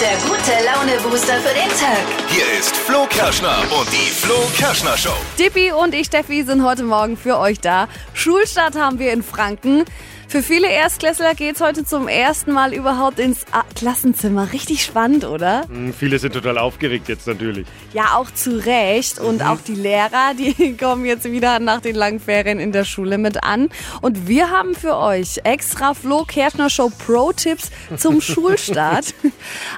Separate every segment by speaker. Speaker 1: Der gute Laune-Booster für den Tag.
Speaker 2: Hier ist Flo Kerschner und die Flo Kerschner Show.
Speaker 3: Dippi und ich, Steffi, sind heute Morgen für euch da. Schulstart haben wir in Franken. Für viele Erstklässler geht's heute zum ersten Mal überhaupt ins A Klassenzimmer. Richtig spannend, oder?
Speaker 4: Viele sind total aufgeregt jetzt natürlich.
Speaker 3: Ja, auch zu Recht. Und auch die Lehrer, die kommen jetzt wieder nach den langen Ferien in der Schule mit an. Und wir haben für euch extra Flo Kerschner Show Pro-Tipps zum Schulstart.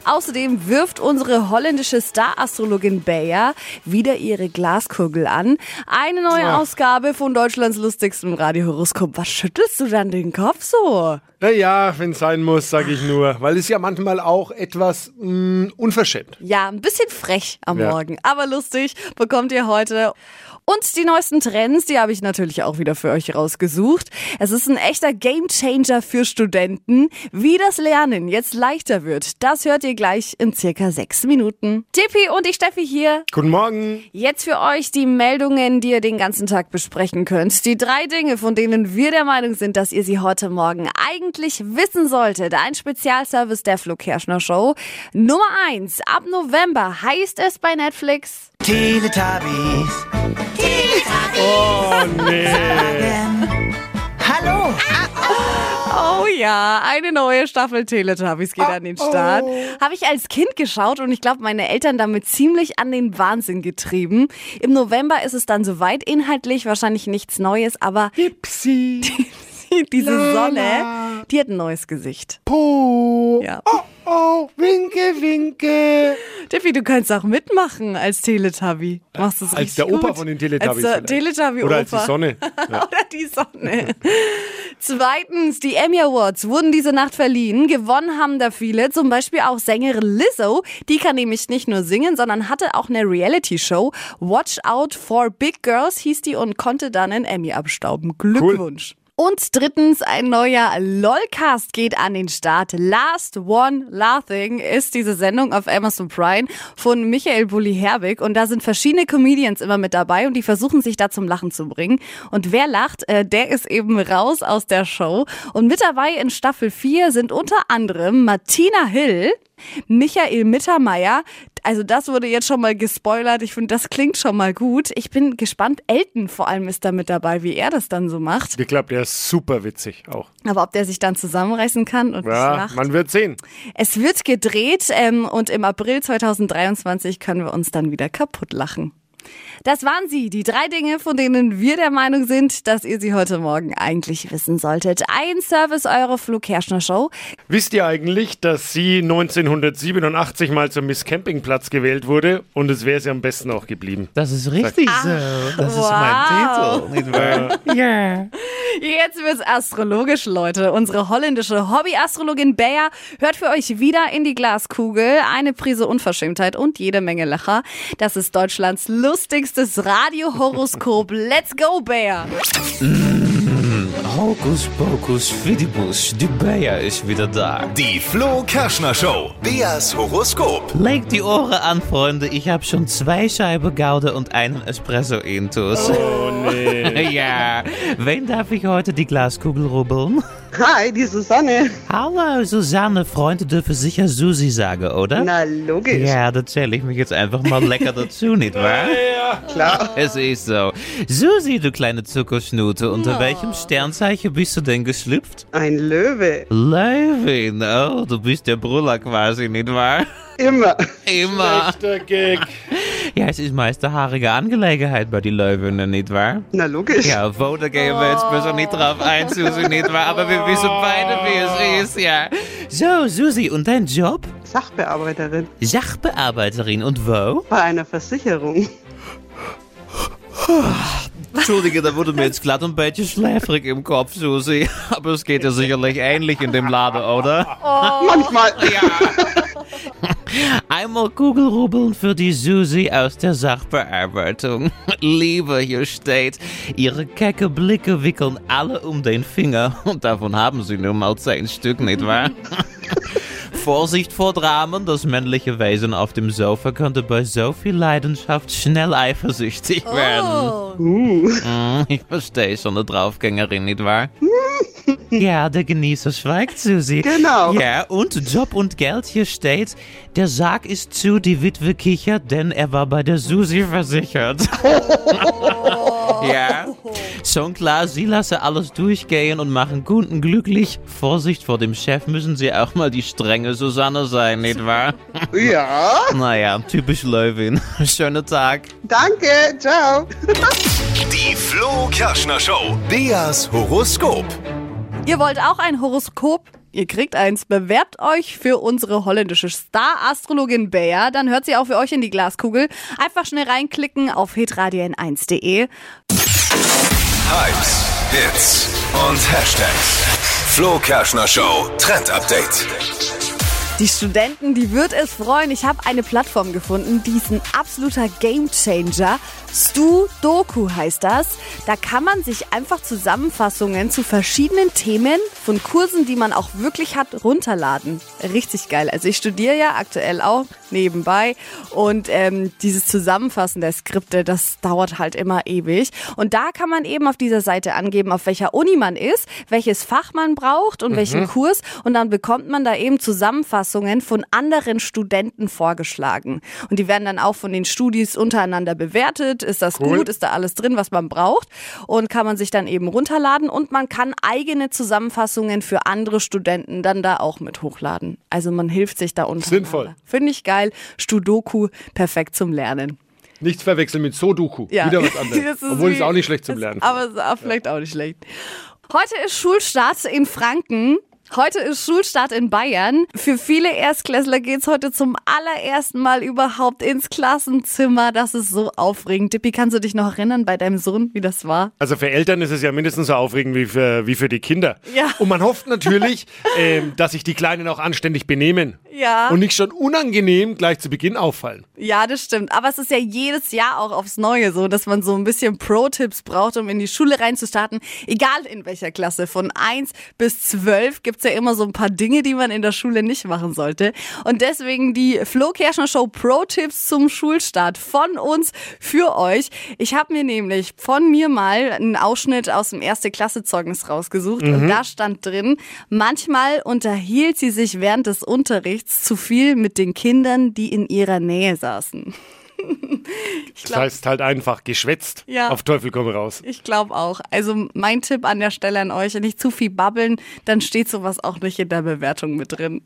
Speaker 3: Außerdem wirft unsere holländische Star-Astrologin Bayer wieder ihre Glaskugel an. Eine neue Ausgabe von Deutschlands lustigstem Radiohoroskop. Was schüttelst du dann den Kopf so?
Speaker 4: Naja, wenn es sein muss, sage ich nur. Weil es ja manchmal auch etwas mh, unverschämt.
Speaker 3: Ja, ein bisschen frech am
Speaker 4: Ja.
Speaker 3: Morgen, aber lustig bekommt ihr heute. Und die neuesten Trends, die habe ich natürlich auch wieder für euch rausgesucht. Es ist ein echter Gamechanger für Studenten. Wie das Lernen jetzt leichter wird, das hört ihr gleich in circa sechs Minuten. Tippi und ich Steffi hier.
Speaker 4: Guten Morgen.
Speaker 3: Jetzt für euch die Meldungen, die ihr den ganzen Tag besprechen könnt. Die drei Dinge, von denen wir der Meinung sind, dass ihr sie heute Morgen eigentlich wissen solltet. Ein Spezialservice der Flo Kerschner Show. Nummer eins. Ab November heißt es bei Netflix.
Speaker 5: Teletubbies.
Speaker 4: Oh nee.
Speaker 5: Hallo.
Speaker 3: Oh ja, eine neue Staffel Teletubbies geht an den Start. Habe ich als Kind geschaut und ich glaube, meine Eltern damit ziemlich an den Wahnsinn getrieben. Im November ist es dann soweit. Inhaltlich wahrscheinlich nichts Neues, aber
Speaker 4: Ipsi.
Speaker 3: diese
Speaker 4: Lala.
Speaker 3: Sonne, die hat ein neues Gesicht.
Speaker 4: Po.
Speaker 3: Ja.
Speaker 4: Oh, oh, winke, winke.
Speaker 3: Diffi, du kannst auch mitmachen als Teletubby. Machst es
Speaker 4: Als der Opa von den Teletubbies.
Speaker 3: Als der
Speaker 4: vielleicht.
Speaker 3: Teletubby-Opa.
Speaker 4: Oder als die Sonne. Ja.
Speaker 3: Oder die Sonne. Zweitens, die Emmy Awards wurden diese Nacht verliehen. Gewonnen haben da viele, zum Beispiel auch Sängerin Lizzo. Die kann nämlich nicht nur singen, sondern hatte auch eine Reality-Show. Watch Out for Big Girls hieß die und konnte dann einen Emmy abstauben. Glückwunsch. Und drittens, ein neuer LOLcast geht an den Start. Last One Laughing ist diese Sendung auf Amazon Prime von Michael Bulli Herbig. Und da sind verschiedene Comedians immer mit dabei und die versuchen sich da zum Lachen zu bringen. Und wer lacht, äh, der ist eben raus aus der Show. Und mit dabei in Staffel 4 sind unter anderem Martina Hill, Michael Mittermeier. Also das wurde jetzt schon mal gespoilert. Ich finde, das klingt schon mal gut. Ich bin gespannt. Elton vor allem ist da mit dabei, wie er das dann so macht.
Speaker 4: Ich glaube, der ist super witzig auch.
Speaker 3: Aber ob der sich dann zusammenreißen kann und
Speaker 4: Ja,
Speaker 3: nicht lacht.
Speaker 4: man wird sehen.
Speaker 3: Es wird gedreht ähm, und im April 2023 können wir uns dann wieder kaputt lachen. Das waren sie, die drei Dinge, von denen wir der Meinung sind, dass ihr sie heute Morgen eigentlich wissen solltet. Ein Service eurer Flo Kerschner Show.
Speaker 4: Wisst ihr eigentlich, dass sie 1987 mal zum Miss Campingplatz gewählt wurde? Und es wäre sie am besten auch geblieben.
Speaker 6: Das ist richtig so.
Speaker 4: Ah.
Speaker 6: Das
Speaker 3: wow.
Speaker 6: ist mein Titel, nicht wahr? Ja.
Speaker 3: Jetzt wird's astrologisch, Leute. Unsere holländische Hobby-Astrologin Bea hört für euch wieder in die Glaskugel eine Prise Unverschämtheit und jede Menge Lacher. Das ist Deutschlands lustigstes Radiohoroskop. Let's go, Bea!
Speaker 6: Hokus pokus fidibus, die Bayer ist wieder da.
Speaker 2: Die Flo Kerschner Show. Beas Horoskop.
Speaker 6: Legt die Ohren an, Freunde. Ich habe schon zwei Scheiben Gouda und einen Espresso intus.
Speaker 4: Oh nee.
Speaker 6: ja. Wen darf ich heute die Glaskugel rubbeln?
Speaker 7: Hi, die Susanne.
Speaker 6: Hallo, Susanne. Freunde dürfen sicher Susi sagen, oder?
Speaker 7: Na, logisch.
Speaker 6: Ja, da zähle ich mich jetzt einfach mal lecker dazu, nicht wahr?
Speaker 7: Klar.
Speaker 6: Es ist so. Susi, du kleine Zuckerschnute, unter welchem Sternzeichen bist du denn geschlüpft?
Speaker 7: Ein Löwe.
Speaker 6: Löwin, oh, du bist der Brüller quasi, nicht wahr?
Speaker 7: Immer.
Speaker 6: Immer.
Speaker 4: Echter Gag.
Speaker 6: Ja, es ist meist eine haarige Angelegenheit bei den Löwinnen, nicht wahr?
Speaker 7: Na, logisch.
Speaker 6: Ja, Voter gehen wir jetzt besser nicht drauf ein, Susi, nicht wahr? Aber wir wissen beide, wie es ist, ja. So, Susi, und dein Job?
Speaker 7: Sachbearbeiterin
Speaker 6: Sachbearbeiterin und wo?
Speaker 7: bei einer Versicherung.
Speaker 6: Entschuldige, da wurde mir jetzt glatt ein bisschen schläfrig im Kopf, Susi. Aber es geht ja sicherlich ähnlich in dem Laden, oder?
Speaker 7: Manchmal.
Speaker 6: Einmal Kugelrubbeln für die Susi aus der Sachbearbeitung. Liebe, hier steht, ihre kecke Blicke wickeln alle um den Finger. Und davon haben sie nun mal zehn Stück, nicht wahr? Vorsicht vor Dramen, das männliche Wesen auf dem Sofa könnte bei so viel Leidenschaft schnell eifersüchtig werden.
Speaker 3: Oh.
Speaker 6: Hm, Ich verstehe schon, eine Draufgängerin, nicht wahr? Ja, der Genießer schweigt, Susi.
Speaker 7: Genau.
Speaker 6: Ja, und Job und Geld hier steht, der Sarg ist zu, die Witwe kichert, denn er war bei der Susi versichert. ja. Schon klar, sie lasse alles durchgehen und machen Kunden glücklich. Vorsicht vor dem Chef müssen sie auch mal die strenge Susanne sein, nicht wahr?
Speaker 7: Ja,
Speaker 6: Naja, typisch Löwin. Schönen Tag.
Speaker 7: danke, ciao.
Speaker 2: Die Flo Kerschner Show. Beas Horoskop.
Speaker 3: Ihr wollt auch ein Horoskop? Ihr kriegt eins. Bewerbt euch für unsere holländische Star-Astrologin Bea. Dann hört sie auch für euch in die Glaskugel. Einfach schnell reinklicken auf hitradien1.de.
Speaker 2: Hypes, Hits und Hashtags. Flo Kerschner Show Trend Update.
Speaker 3: Die Studenten, die wird es freuen. Ich habe eine Plattform gefunden, die ist ein absoluter Gamechanger. Stu Doku heißt das. Da kann man sich einfach Zusammenfassungen zu verschiedenen Themen von Kursen, die man auch wirklich hat, runterladen. Richtig geil. Also ich studiere ja aktuell auch nebenbei und ähm, dieses Zusammenfassen der Skripte, das dauert halt immer ewig. Und da kann man eben auf dieser Seite angeben, auf welcher Uni man ist, welches Fach man braucht und welchen
Speaker 4: Mhm.
Speaker 3: Kurs. Und dann bekommt man da eben Zusammenfassungen von anderen Studenten vorgeschlagen. Und die werden dann auch von den Studis untereinander bewertet. Ist das
Speaker 4: Cool.
Speaker 3: gut? Ist da alles drin, was man braucht? Und kann man sich dann eben runterladen und man kann eigene Zusammenfassungen für andere Studenten dann da auch mit hochladen. Also man hilft sich da untereinander.
Speaker 4: Sinnvoll.
Speaker 3: Finde ich geil. Studoku, perfekt zum Lernen.
Speaker 4: Nichts verwechseln mit Sudoku. Wieder was anderes.
Speaker 3: Das ist
Speaker 4: Obwohl, ist
Speaker 3: wie-
Speaker 4: auch nicht schlecht zum
Speaker 3: ist-
Speaker 4: Lernen.
Speaker 3: Aber ist auch vielleicht auch nicht schlecht. Heute ist Schulstart in Franken. Heute ist Schulstart in Bayern. Für viele Erstklässler geht's heute zum allerersten Mal überhaupt ins Klassenzimmer. Das ist so aufregend. Dippi, kannst du dich noch erinnern bei deinem Sohn, wie das war?
Speaker 4: Also für Eltern ist es ja mindestens so aufregend wie für, wie für die Kinder.
Speaker 3: Ja.
Speaker 4: Und man hofft natürlich, ähm, dass sich die Kleinen auch anständig benehmen.
Speaker 3: Ja.
Speaker 4: Und nicht schon unangenehm gleich zu Beginn auffallen.
Speaker 3: Ja, das stimmt. Aber es ist ja jedes Jahr auch aufs Neue so, dass man so ein bisschen Pro-Tipps braucht, um in die Schule reinzustarten. Egal in welcher Klasse. Von 1 bis 12 gibt's ja immer so ein paar Dinge, die man in der Schule nicht machen sollte. Und deswegen die Flo Kerschner Show Pro-Tipps zum Schulstart von uns für euch. Ich habe mir nämlich von mir mal einen Ausschnitt aus dem erste Klasse Zeugnis rausgesucht und da stand drin, manchmal unterhielt sie sich während des Unterrichts zu viel mit den Kindern, die in ihrer Nähe saßen.
Speaker 4: Das heißt halt einfach geschwätzt.
Speaker 3: Ja.
Speaker 4: Auf Teufel komm raus.
Speaker 3: Ich glaube auch. Also mein Tipp an der Stelle an euch, nicht zu viel babbeln, dann steht sowas auch nicht in der Bewertung mit drin.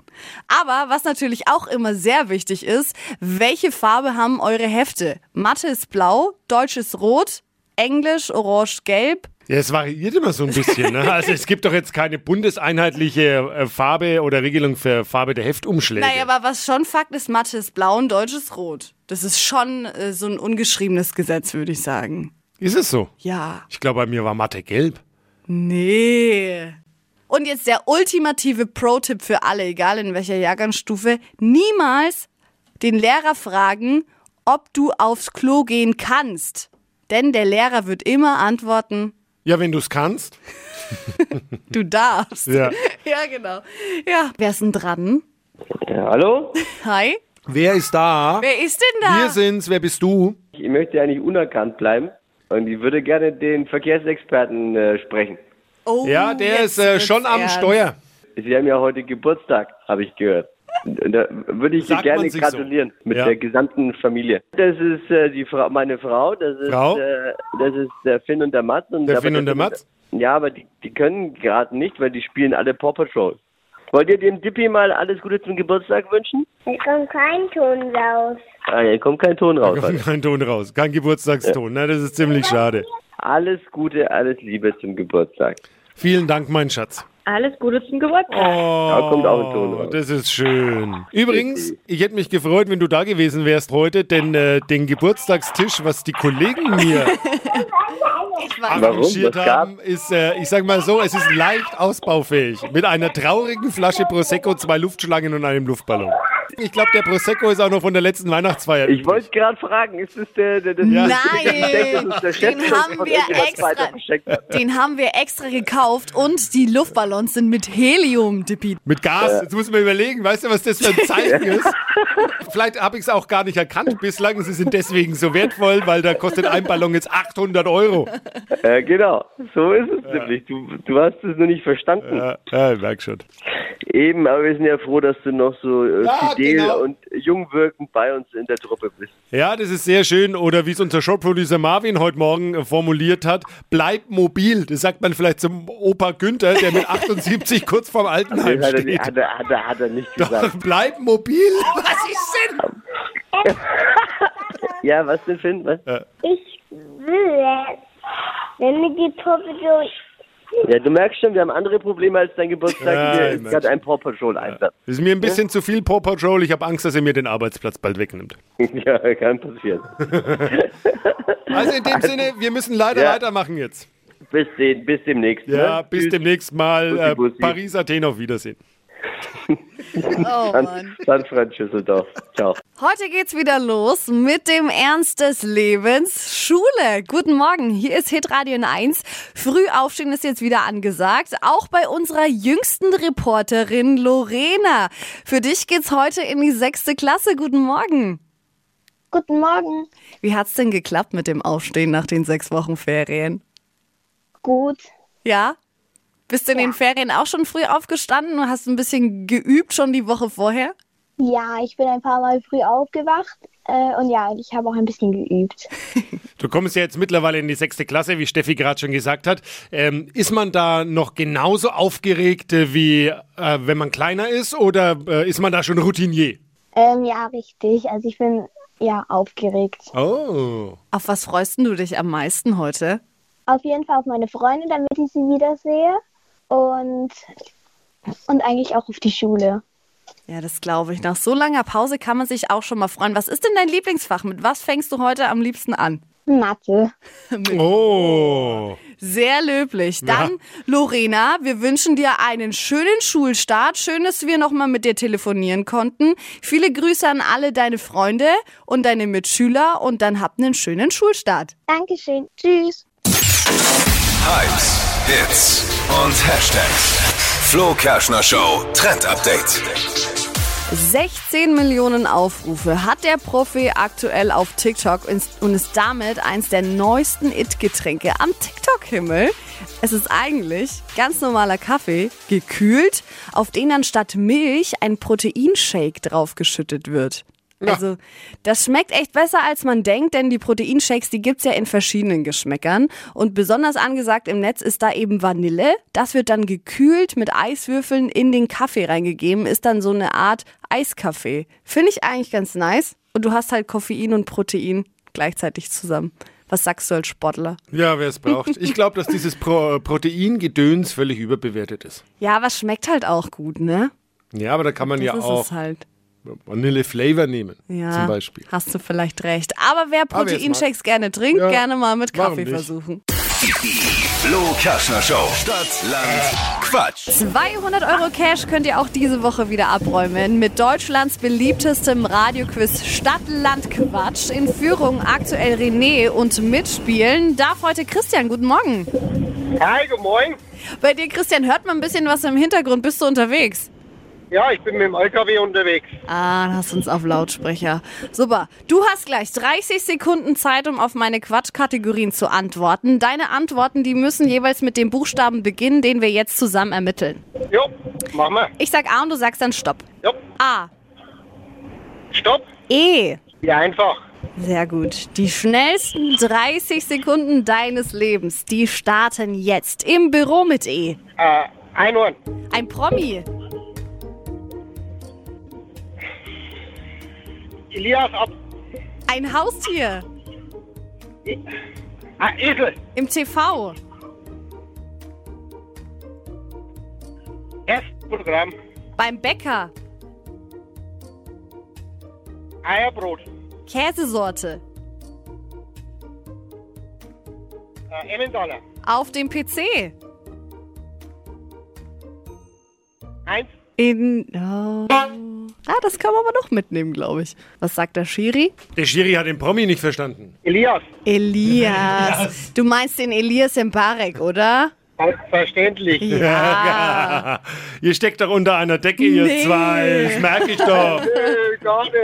Speaker 3: Aber was natürlich auch immer sehr wichtig ist, welche Farbe haben eure Hefte? Mathe ist blau, Deutsch ist rot, Englisch orange, gelb,
Speaker 4: Ja, es variiert immer so ein bisschen. Ne? Also es gibt doch jetzt keine bundeseinheitliche äh, Farbe oder Regelung für Farbe der Heftumschläge.
Speaker 3: Naja, aber was schon Fakt ist, Mathe ist blau und Deutsch ist rot. Das ist schon äh, so ein ungeschriebenes Gesetz, würde ich sagen.
Speaker 4: ist es so?
Speaker 3: Ja.
Speaker 4: Ich glaube, bei mir war Mathe gelb.
Speaker 3: Nee. Und jetzt der ultimative Pro-Tipp für alle, egal in welcher Jahrgangsstufe. Niemals den Lehrer fragen, ob du aufs Klo gehen kannst. Denn der Lehrer wird immer antworten,
Speaker 4: Ja, wenn du es kannst.
Speaker 3: du darfst.
Speaker 4: Ja.
Speaker 3: ja genau. Ja. Wer ist denn dran?
Speaker 8: Ja, hallo?
Speaker 3: Hi.
Speaker 4: Wer ist da?
Speaker 3: Wer ist denn da?
Speaker 4: Wir sind's. Wer bist du?
Speaker 8: Ich möchte eigentlich unerkannt bleiben und ich würde gerne den Verkehrsexperten äh, sprechen.
Speaker 3: oh,
Speaker 4: Ja, der
Speaker 3: jetzt
Speaker 4: ist äh,
Speaker 3: wird's
Speaker 4: schon am
Speaker 3: ernst.
Speaker 4: Steuer.
Speaker 8: Sie haben ja heute Geburtstag, habe ich gehört. Und und da würde ich
Speaker 4: Sagt
Speaker 8: dir gerne
Speaker 4: man sich so.
Speaker 8: gratulieren mit
Speaker 4: Ja.
Speaker 8: der gesamten Familie. Das ist äh, die Frau, meine Frau, das ist,
Speaker 4: Frau?
Speaker 8: Äh, das ist der Finn und der Mats. Und
Speaker 4: Der
Speaker 8: aber
Speaker 4: Finn und der Mats?
Speaker 8: Ja, aber die, die können gerade nicht, weil die spielen alle Paw Patrol. Wollt ihr dem Dippy mal alles Gute zum Geburtstag wünschen?
Speaker 9: Hier kommt kein Ton raus.
Speaker 8: Ah, hier kommt kein Ton raus. Alter.
Speaker 4: Kein Ton raus. Kein Geburtstagston. Na, das ist ziemlich schade.
Speaker 8: Alles Gute, alles Liebe zum Geburtstag.
Speaker 4: Vielen Dank, mein Schatz.
Speaker 10: Alles Gute zum Geburtstag.
Speaker 4: Oh,
Speaker 8: Da kommt auch ein Ton raus.
Speaker 4: Das ist schön. Übrigens, ich hätte mich gefreut, wenn du da gewesen wärst heute, denn äh, den Geburtstagstisch, was die Kollegen mir arrangiert
Speaker 8: Was gab's?
Speaker 4: haben, ist, äh, ich sag mal so, es ist leicht ausbaufähig. Mit einer traurigen Flasche Prosecco, zwei Luftschlangen und einem Luftballon. Ich glaube, der Prosecco ist auch noch von der letzten Weihnachtsfeier.
Speaker 8: Ich wollte gerade fragen, ist es der, der, der
Speaker 4: Ja.
Speaker 8: Ich
Speaker 3: Nein,
Speaker 8: denke, das ist der
Speaker 3: den
Speaker 8: Chef,
Speaker 3: haben
Speaker 8: von
Speaker 3: wir
Speaker 8: irgendwas weiter
Speaker 3: extra,
Speaker 8: versteckt hat.
Speaker 3: den haben wir extra gekauft und die Luftballons sind mit Helium, Dippi.
Speaker 4: Mit Gas. Jetzt muss man überlegen, weißt du, was das für ein Zeichen ist? Vielleicht habe ich es auch gar nicht erkannt bislang. Sie sind deswegen so wertvoll, weil da kostet ein Ballon jetzt 800 Euro.
Speaker 8: Äh, genau, so ist es nämlich. Du, du hast es nur nicht verstanden.
Speaker 4: Ja, ja, ich merk schon.
Speaker 8: Eben, aber wir sind ja froh, dass du noch so äh,
Speaker 4: Ja,
Speaker 8: fidel
Speaker 4: genau.
Speaker 8: und jung wirkend bei uns in der Truppe bist.
Speaker 4: Ja, das ist sehr schön. Oder wie es unser Showproducer Marvin heute Morgen äh, formuliert hat, bleib mobil. Das sagt man vielleicht zum Opa Günther, der mit 78 kurz vorm Altenheim
Speaker 8: Das hat, er,
Speaker 4: steht.
Speaker 8: hat, er, hat, er, hat er nicht
Speaker 4: Doch,
Speaker 8: gesagt.
Speaker 4: bleib mobil. Was ist denn?
Speaker 8: Ja, was denn, Finn? Was?
Speaker 9: Ich will, wenn mir die Puppe so.
Speaker 8: Ja, du merkst schon, wir haben andere Probleme als dein Geburtstag.
Speaker 4: Ja,
Speaker 8: Hier
Speaker 4: ich
Speaker 8: ist
Speaker 4: merk
Speaker 8: gerade ein Paw Patrol Einsatz.
Speaker 4: Das ist mir ein bisschen zu viel Paw Patrol. Ich habe Angst, dass er mir den Arbeitsplatz bald wegnimmt.
Speaker 8: Ja, kann passieren.
Speaker 4: Also in dem Sinne, wir müssen leider
Speaker 8: Ja.
Speaker 4: weitermachen jetzt.
Speaker 8: Bis, den, bis demnächst.
Speaker 4: Ja,
Speaker 8: ne?
Speaker 4: bis
Speaker 8: Tschüss.
Speaker 4: demnächst mal.
Speaker 8: Bussi,
Speaker 4: Äh,
Speaker 8: bussi.
Speaker 4: Paris, Athen, auf Wiedersehen.
Speaker 3: Oh Mann.
Speaker 8: San, San Francisco. Ciao.
Speaker 3: Heute geht's wieder los mit dem Ernst des Lebens. Schule. Guten Morgen. Hier ist Hitradio 1. Frühaufstehen ist jetzt wieder angesagt. Auch bei unserer jüngsten Reporterin Lorena. Für dich geht's heute in die sechste Klasse. Guten Morgen.
Speaker 9: Guten Morgen.
Speaker 3: Wie hat's denn geklappt mit dem Aufstehen nach den sechs Wochen Ferien?
Speaker 9: Gut.
Speaker 3: Ja? Bist du in den Ferien auch schon früh aufgestanden und hast ein bisschen geübt schon die Woche vorher?
Speaker 9: Ja, ich bin ein paar Mal früh aufgewacht. Äh, und ja, ich habe auch ein bisschen geübt.
Speaker 4: Du kommst ja jetzt mittlerweile in die sechste Klasse, wie Steffi gerade schon gesagt hat. Ähm, ist man da noch genauso aufgeregt, äh, wie äh, wenn man kleiner ist oder äh, ist man da schon Routinier?
Speaker 9: Ähm, ja, richtig. Also ich bin ja aufgeregt.
Speaker 4: Oh.
Speaker 3: Auf was freust denn du dich am meisten heute?
Speaker 9: Auf jeden Fall auf meine Freunde, damit ich sie wiedersehe. Und, und eigentlich auch auf die Schule.
Speaker 3: Ja, das glaube ich. Nach so langer Pause kann man sich auch schon mal freuen. Was ist denn dein Lieblingsfach? Mit was fängst du heute am liebsten an?
Speaker 9: Mathe.
Speaker 4: Oh.
Speaker 3: Sehr löblich. Dann, Lorena, wir wünschen dir einen schönen Schulstart. Schön, dass wir nochmal mit dir telefonieren konnten. Viele Grüße an alle deine Freunde und deine Mitschüler und dann habt einen schönen Schulstart.
Speaker 9: Dankeschön. Tschüss.
Speaker 2: Hypes, Hits und Hashtags. Flo Kerschner Show Trend Update.
Speaker 3: 16 Millionen Aufrufe hat der Profi aktuell auf TikTok ins- und ist damit eins der neuesten It-Getränke am TikTok-Himmel. Es ist eigentlich ganz normaler Kaffee, gekühlt, auf den anstatt Milch ein Proteinshake draufgeschüttet wird. Also, das schmeckt echt besser, als man denkt, denn die Proteinshakes, die gibt's ja in verschiedenen Geschmäckern. Und besonders angesagt im Netz ist da eben Vanille. Das wird dann gekühlt mit Eiswürfeln in den Kaffee reingegeben, ist dann so eine Art Eiskaffee. Finde ich eigentlich ganz nice. Und du hast halt Koffein und Protein gleichzeitig zusammen. Was sagst du als Sportler?
Speaker 4: Ja, wer es braucht. Ich glaube, dass dieses Pro äh, Proteingedöns völlig überbewertet ist.
Speaker 3: Ja, was schmeckt halt auch gut, ne?
Speaker 4: Ja, aber da kann man
Speaker 3: Das
Speaker 4: ja
Speaker 3: ist
Speaker 4: auch
Speaker 3: es halt.
Speaker 4: Vanille Flavor nehmen,
Speaker 3: Ja,
Speaker 4: zum Beispiel.
Speaker 3: hast du vielleicht recht. Aber wer
Speaker 4: Aber jetzt
Speaker 3: Proteinshakes gerne trinkt,
Speaker 4: Ja,
Speaker 3: gerne mal mit
Speaker 4: warum
Speaker 3: Kaffee
Speaker 4: nicht?
Speaker 3: versuchen.
Speaker 2: Flo Kerschner Show Stadt, Land, Quatsch.
Speaker 3: 200 Euro Cash könnt ihr auch diese Woche wieder abräumen mit Deutschlands beliebtestem Radioquiz Stadt-Land-Quatsch. In Führung aktuell René und mitspielen darf heute Christian. Guten Morgen.
Speaker 7: Hi, guten Morgen.
Speaker 3: Bei dir, Christian, hört man ein bisschen was im Hintergrund. Bist du unterwegs?
Speaker 7: Ja, ich bin mit dem LKW unterwegs.
Speaker 3: Ah, dann hast du uns auf Lautsprecher. Super. Du hast gleich 30 Sekunden Zeit, um auf meine Quatschkategorien zu antworten. Deine Antworten, die müssen jeweils mit dem Buchstaben beginnen, den wir jetzt zusammen ermitteln.
Speaker 7: Jo, machen wir.
Speaker 3: Ich sag A und du sagst dann Stopp.
Speaker 7: Jo,
Speaker 3: A.
Speaker 7: stopp.
Speaker 3: E.
Speaker 7: Ja, einfach.
Speaker 3: Sehr gut. Die schnellsten 30 Sekunden deines Lebens, die starten jetzt im Büro mit E.
Speaker 7: Äh, Einhorn.
Speaker 3: Ein Promi,
Speaker 7: Elias ab.
Speaker 3: ein Haustier,
Speaker 7: Ah, Esel.
Speaker 3: im TV,
Speaker 7: Essprogramm.
Speaker 3: beim Bäcker,
Speaker 7: Eierbrot.
Speaker 3: Käsesorte,
Speaker 7: Äh, Emmentaler.
Speaker 3: auf dem PC,
Speaker 7: Eins.
Speaker 3: in... Oh. Ah, das kann man aber noch mitnehmen, glaube ich. Was sagt der Schiri?
Speaker 4: Der Schiri hat den Promi nicht verstanden.
Speaker 7: Elias.
Speaker 3: Elias. Du meinst den Elias Mbarek, oder? Ah.
Speaker 10: Selbstverständlich.
Speaker 3: Ja.
Speaker 4: ihr steckt doch unter einer Decke, ihr
Speaker 3: Nee.
Speaker 4: zwei. Das merke ich doch.
Speaker 10: Nö, gar nicht.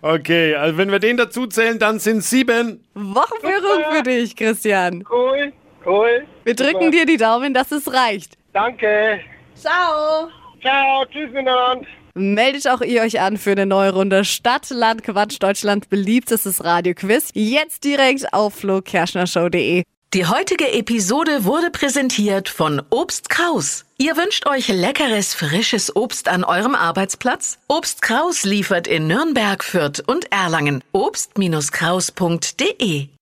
Speaker 4: Okay, also wenn wir den dazu zählen, dann sind sieben.
Speaker 3: Wochenführung für dich, Christian.
Speaker 10: Cool, cool.
Speaker 3: Wir drücken dir die Daumen, dass es reicht.
Speaker 10: Danke.
Speaker 3: Ciao.
Speaker 10: Ciao, tschüss miteinander.
Speaker 3: Meldet auch ihr euch an für eine neue Runde Stadt, Land, Quatsch, Deutschland, beliebtestes Radioquiz. Jetzt direkt auf flokerschnershow.de.
Speaker 11: Die heutige Episode wurde präsentiert von Obst Kraus. Ihr wünscht euch leckeres, frisches Obst an eurem Arbeitsplatz? Obst Kraus liefert in Nürnberg, Fürth und Erlangen. Obst-Kraus.de